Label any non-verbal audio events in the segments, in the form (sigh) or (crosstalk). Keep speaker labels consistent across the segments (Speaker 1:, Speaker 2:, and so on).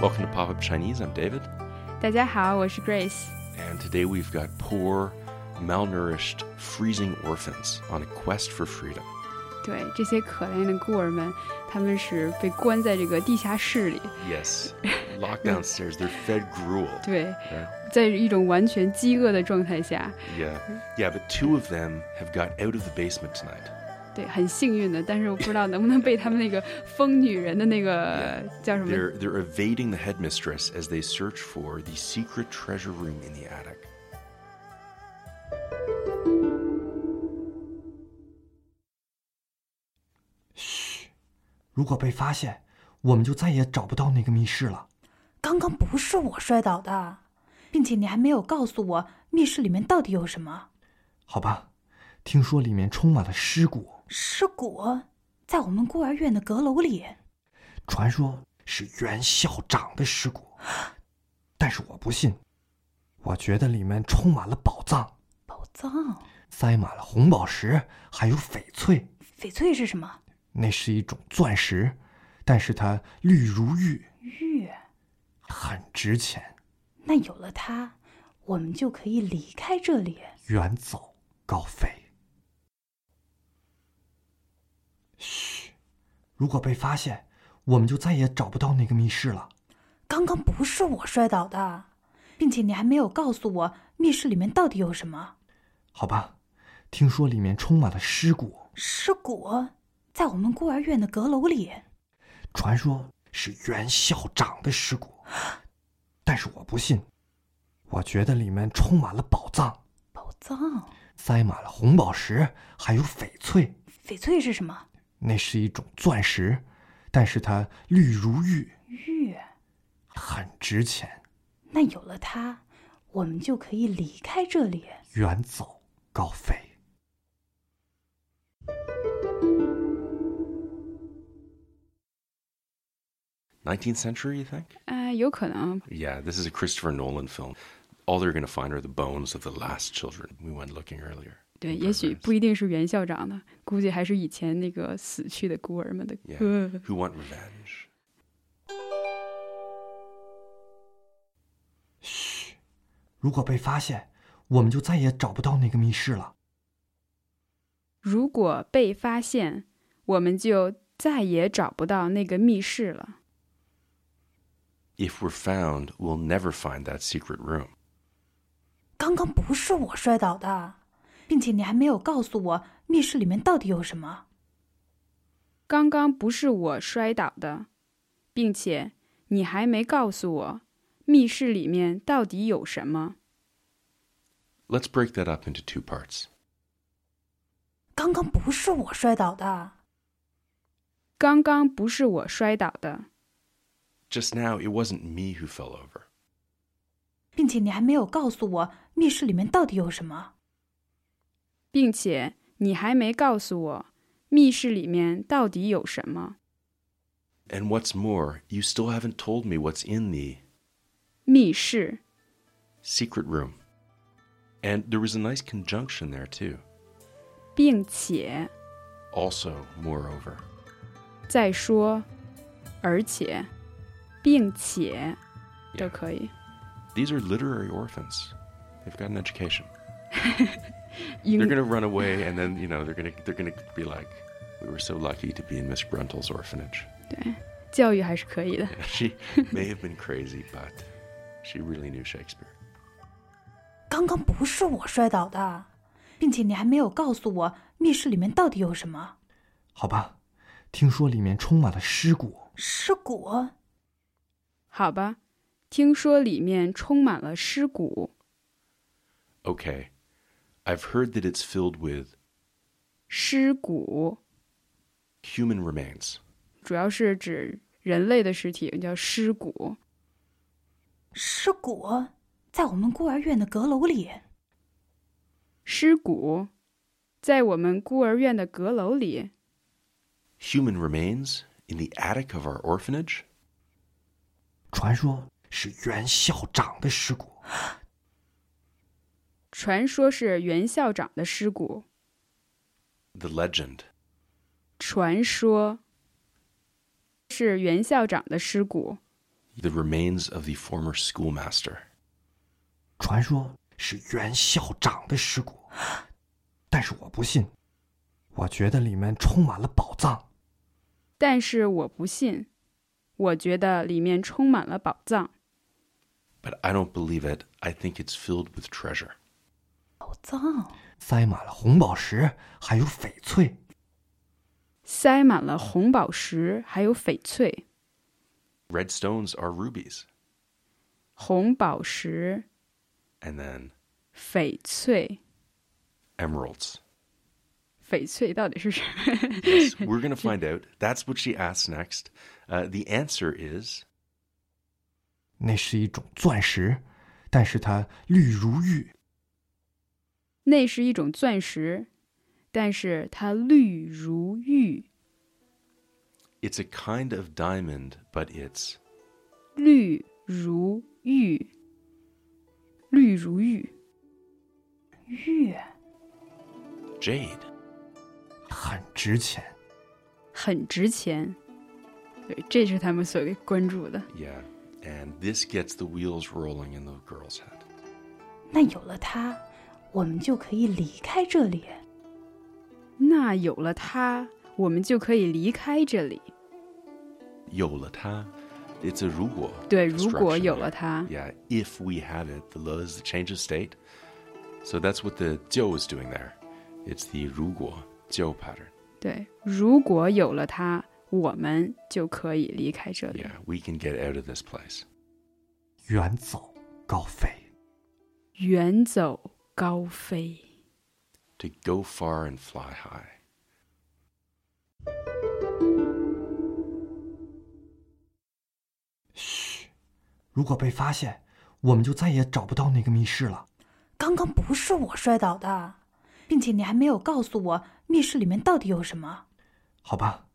Speaker 1: Welcome to Pop Up Chinese. I'm David,
Speaker 2: 大家好，我是 Grace。
Speaker 1: and today we've got poor, malnourished, freezing orphans on a quest for freedom.
Speaker 2: 对，这些可怜的孤儿们，他们是被关在这个地下室里，
Speaker 1: (laughs) Yes, locked downstairs. They're fed gruel.
Speaker 2: 对，
Speaker 1: right?
Speaker 2: 在一种完全饥饿的状态下，
Speaker 1: Yeah, yeah. But two of them have got out of the basement tonight.
Speaker 2: 对，很幸运的，但是我不知道能不能被他们那个疯女人的那个叫什么
Speaker 1: They're they're evading the headmistress as they search for the secret treasure room in the attic.
Speaker 3: “嘘，如果被发现，我们就再也找不到那个密室了。
Speaker 4: 刚刚不是我摔倒的，并且你还没有告诉我密室里面到底有什么。
Speaker 3: 好吧，听说里面充满了尸骨，
Speaker 4: 尸骨在我们孤儿院的阁楼里，
Speaker 3: 传说是袁校长的尸骨，但是我不信。我觉得里面充满了宝藏，
Speaker 4: 宝藏。
Speaker 3: 塞满了红宝石，还有翡翠。
Speaker 4: 翡翠是什么？
Speaker 3: 那是一种钻石，但是它绿如玉，
Speaker 4: 玉。
Speaker 3: 很值钱。
Speaker 4: 那有了它，我们就可以离开这里。
Speaker 3: 远走高飞。嘘，如果被发现，我们就再也找不到那个密室了。
Speaker 4: 刚刚不是我摔倒的，并且你还没有告诉我密室里面到底有什么。
Speaker 3: 好吧，听说里面充满了尸骨，
Speaker 4: 尸骨在我们孤儿院的阁楼里，
Speaker 3: 传说是袁校长的尸骨，但是我不信。我觉得里面充满了宝藏，
Speaker 4: 宝藏。
Speaker 3: 塞满了红宝石，还有翡翠。
Speaker 4: 翡翠是什么？
Speaker 3: 那是一种钻石，但是它绿如玉，
Speaker 4: 玉。
Speaker 3: 很值钱。
Speaker 4: 那有了它，我们就可以离开这里。
Speaker 3: 远走高飞。
Speaker 1: 19th century, you think?
Speaker 2: 啊，有可能
Speaker 1: Yeah, this is a Christopher Nolan film. All they're going to find are the bones of the last children. We went looking earlier.
Speaker 2: 对，
Speaker 1: in
Speaker 2: 也许
Speaker 1: progress.
Speaker 2: 不一定是袁校长的，估计还是以前那个死去的孤儿们的
Speaker 1: Yeah.
Speaker 2: 歌。
Speaker 1: Who want revenge?
Speaker 3: 如果被发现，我们就再也找不到那个密室了。
Speaker 2: (laughs) 如果被发现，我们就再也找不到那个密室了。
Speaker 1: If we're found, we'll never find that secret room.
Speaker 4: 刚刚不是我摔倒的，并且你还没有告诉我密室里面到底有什么。
Speaker 2: 刚刚不是我摔倒的，并且你还没告诉我密室里面到底有什么。
Speaker 1: Let's break that up into two parts.
Speaker 4: 刚刚不是我摔倒的，
Speaker 2: 刚刚不是我摔倒的，
Speaker 1: Just now, it wasn't me who fell over.
Speaker 4: 并且你还没有告诉我密室里面到底有什么。
Speaker 2: 并且你还没告诉我密室里面到底有什么。
Speaker 1: And what's more, you still haven't told me what's in the
Speaker 2: 密室
Speaker 1: secret room. And there was a nice conjunction there, too.
Speaker 2: 并且
Speaker 1: Also, moreover.
Speaker 2: 再说，而且，并且
Speaker 1: Yeah.
Speaker 2: 都可以。
Speaker 1: These are literary orphans. They've got an education.
Speaker 2: 英
Speaker 1: They're gonna run away, and then you know they're gonna they're gonna be like, "We were so lucky to be in Miss Bruntel's orphanage." (laughs)
Speaker 2: 对，教育还是可以的。
Speaker 1: Yeah, she may have been crazy, but she really knew Shakespeare.
Speaker 4: 刚刚不是我摔倒的，并且你还没有告诉我密室里面到底有什么。
Speaker 3: 好吧，听说里面充满了尸骨，
Speaker 4: 尸骨
Speaker 2: 好吧，听说里面充满了尸骨，
Speaker 1: Okay, I've heard that it's filled with
Speaker 2: 尸骨
Speaker 1: human remains.
Speaker 2: 主要是指人类的尸体，叫尸骨。
Speaker 4: 尸骨在我们孤儿院的阁楼里，
Speaker 2: 尸骨在我们孤儿院的阁楼里，
Speaker 1: Human remains in the attic of our orphanage.
Speaker 3: 传说是袁校长的尸骨，
Speaker 2: 传说是袁校长的尸骨。
Speaker 1: The legend
Speaker 2: 传说是袁校长的尸骨，
Speaker 1: the remains of the former schoolmaster.
Speaker 3: 传说是原校长的尸骨，但是我不信，我觉得里面充满了宝藏。
Speaker 2: 但是我不信，我觉得里面充满了宝藏。
Speaker 1: But I don't believe it. I think it's filled with treasure.
Speaker 4: 宝藏，
Speaker 3: 塞满了红宝石，还有翡翠。
Speaker 2: 塞满了红宝石，还有翡翠。
Speaker 1: Red stones are rubies,
Speaker 2: 红宝石、
Speaker 1: and then
Speaker 2: 翡翠，
Speaker 1: emeralds.
Speaker 2: 翡翠到底是什么？ (laughs)
Speaker 1: Yes, we're going to find out. That's what she asks next. Uh, the answer is
Speaker 3: 那是一种钻石，但是它绿如玉，
Speaker 2: 那是一种钻石，但是它绿如玉，
Speaker 1: it's a kind of diamond, but it's
Speaker 2: 绿如玉，绿如玉。
Speaker 4: 玉
Speaker 1: jade.
Speaker 3: 很值钱。
Speaker 2: 很值钱。对，这是他们所谓关注的。
Speaker 1: Yeah. And this gets the wheels rolling in the girl's head.
Speaker 4: 那有了它，我们就可以离开这里。
Speaker 2: 那有了它，我们就可以离开这里。
Speaker 1: 有了它, it's a 如果
Speaker 2: 对，
Speaker 1: construction
Speaker 2: 如果有了它。
Speaker 1: there. Yeah, if we have it, the le is the change of state. So that's what the 就 is doing there. It's the 如果就 pattern.
Speaker 2: 对，如果有了它，我们就可以离开这里
Speaker 1: Yeah, we can get out of this place.
Speaker 3: 远走高飞，
Speaker 2: 远走高飞。
Speaker 1: To go far and fly high.
Speaker 3: 嘘，如果被发现，我们就再也找不到那个密室了。
Speaker 4: 刚刚不是我摔倒的，并且你还没有告诉我密室里面到底有什么。
Speaker 3: 好吧，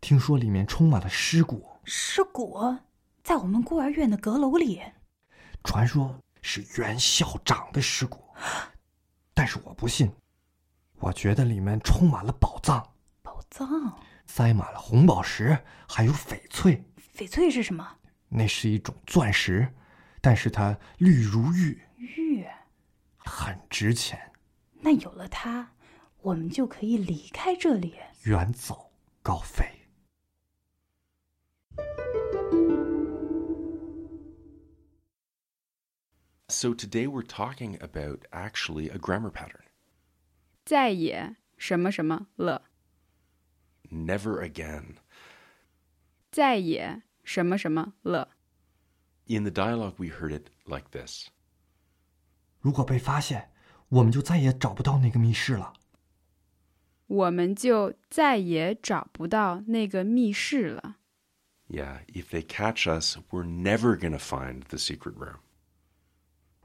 Speaker 3: 听说里面充满了尸骨，
Speaker 4: 尸骨在我们孤儿院的阁楼里，
Speaker 3: 传说是原校长的尸骨，但是我不信，我觉得里面充满了宝藏，
Speaker 4: 宝藏，
Speaker 3: 塞满了红宝石，还有翡翠。
Speaker 4: 翡翠是什么？
Speaker 3: 那是一种钻石，但是它绿如玉，
Speaker 4: 玉。
Speaker 3: 很值钱。
Speaker 4: 那有了它，我们就可以离开这里。
Speaker 3: 远走高飞。
Speaker 1: So today we're talking about actually a grammar pattern.
Speaker 2: 再也什么什么了，
Speaker 1: Never again.
Speaker 2: 再也什么什么了。
Speaker 1: In the dialogue, we heard it like this.
Speaker 3: 如果被发现，我们就再也找不到那个密室了。
Speaker 2: 我们就再也找不到那个密室了。
Speaker 1: Yeah, if they catch us, we're never going to find the secret room.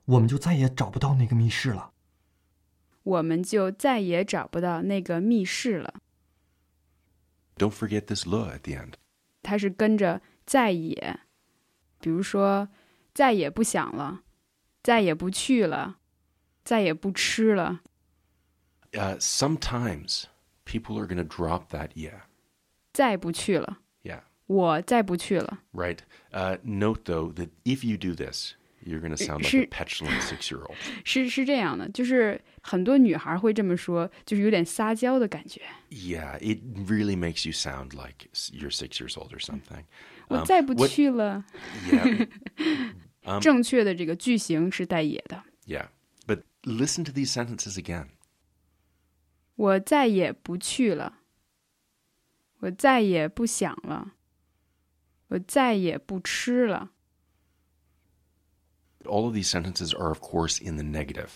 Speaker 3: 我们就再也找不到那个密室了。
Speaker 2: 我们就再也找不到那个密室了。
Speaker 1: Don't forget this le at the end.
Speaker 2: 它是跟着再也，比如说再也不想了，再也不去了，再也不吃了。
Speaker 1: Uh, sometimes people are going to drop that yeah.
Speaker 2: 再不去了，
Speaker 1: Yeah,
Speaker 2: 我再不去了。
Speaker 1: right. Uh, note though that if you do this, you're going to sound like a
Speaker 2: Shoot.
Speaker 1: petulant six year old.
Speaker 2: 是是这样的，就是很多女孩会这么说，就是有点撒娇的感觉。
Speaker 1: 啊 Yeah, it really makes you sound like s- you're six years old or something.
Speaker 2: 我
Speaker 1: Um,
Speaker 2: 再不
Speaker 1: what-
Speaker 2: 去了。
Speaker 1: Yeah,
Speaker 2: 正确的这个句型是带也的。
Speaker 1: yeah. But listen to these sentences again.
Speaker 2: 我再也不去了，我再也不想了，我再也不吃了。
Speaker 1: All of these sentences are, of course, in the negative.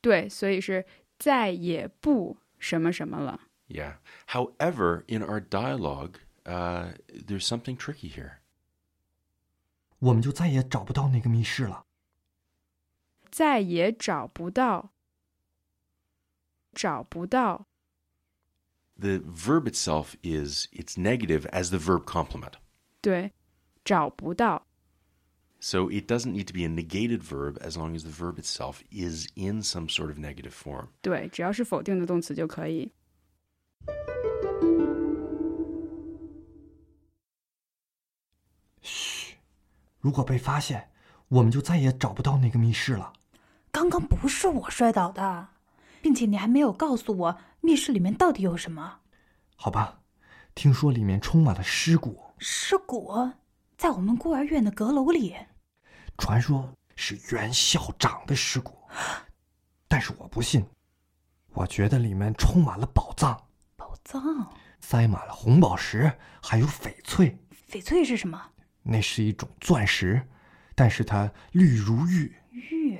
Speaker 2: 对，所以是再也不什么什么了。
Speaker 1: Yeah. However, in our dialogue, uh, there's something tricky here.
Speaker 3: 我们就再也找不到那个密室了。
Speaker 2: 再也找不到，找不到。
Speaker 1: The verb itself is it's negative as the verb complement.
Speaker 2: 对，找不到。
Speaker 1: So it doesn't need to be a negated verb as long as the verb itself is in some sort of negative form.
Speaker 2: 对，只要是否定的动词就可以。
Speaker 3: 嘘，如果被发现，我们就再也找不到那个密室了。
Speaker 4: 刚刚不是我摔倒的，并且你还没有告诉我密室里面到底有什么。
Speaker 3: 好吧，听说里面充满了尸骨，
Speaker 4: 尸骨在我们孤儿院的阁楼里，
Speaker 3: 传说是袁校长的尸骨，但是我不信。我觉得里面充满了宝藏，
Speaker 4: 宝藏。
Speaker 3: 塞满了红宝石，还有翡翠。
Speaker 4: 翡翠是什么？
Speaker 3: 那是一种钻石，但是它绿如玉，
Speaker 4: 玉。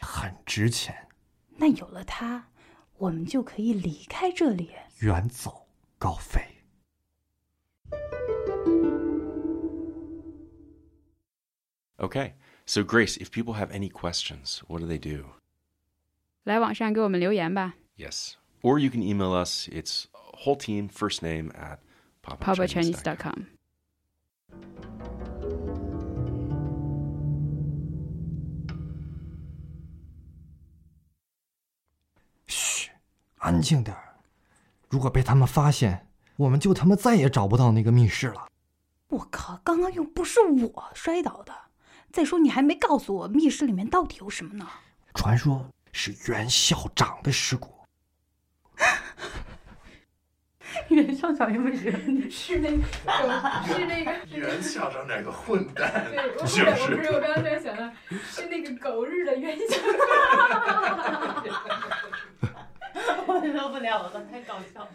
Speaker 3: 很值钱。
Speaker 4: 那有了它，我们就可以离开这里。
Speaker 3: 远走高飞。
Speaker 1: Okay. So, Grace, if people have any questions, what do they do?
Speaker 2: 来网上给我们留言吧
Speaker 1: Yes. Or you can email us. It's whole team, first name at
Speaker 2: p o p a c h i n e s
Speaker 1: popupchinese.com.
Speaker 2: c o m
Speaker 3: 安静点儿，如果被他们发现，我们就他妈再也找不到那个密室了。
Speaker 4: 我靠，刚刚又不是我摔倒的。再说你还没告诉我密室里面到底有什么呢？
Speaker 3: 传说是袁校长的尸骨，
Speaker 5: 袁校长有没有人是那个是那个
Speaker 6: 袁校长哪个混蛋？
Speaker 5: 对，我不
Speaker 6: 是
Speaker 5: 是
Speaker 6: 不
Speaker 5: 我不
Speaker 6: 是？
Speaker 5: 是我刚刚在想的是那个狗日的袁校长，我受不了了，太搞笑了。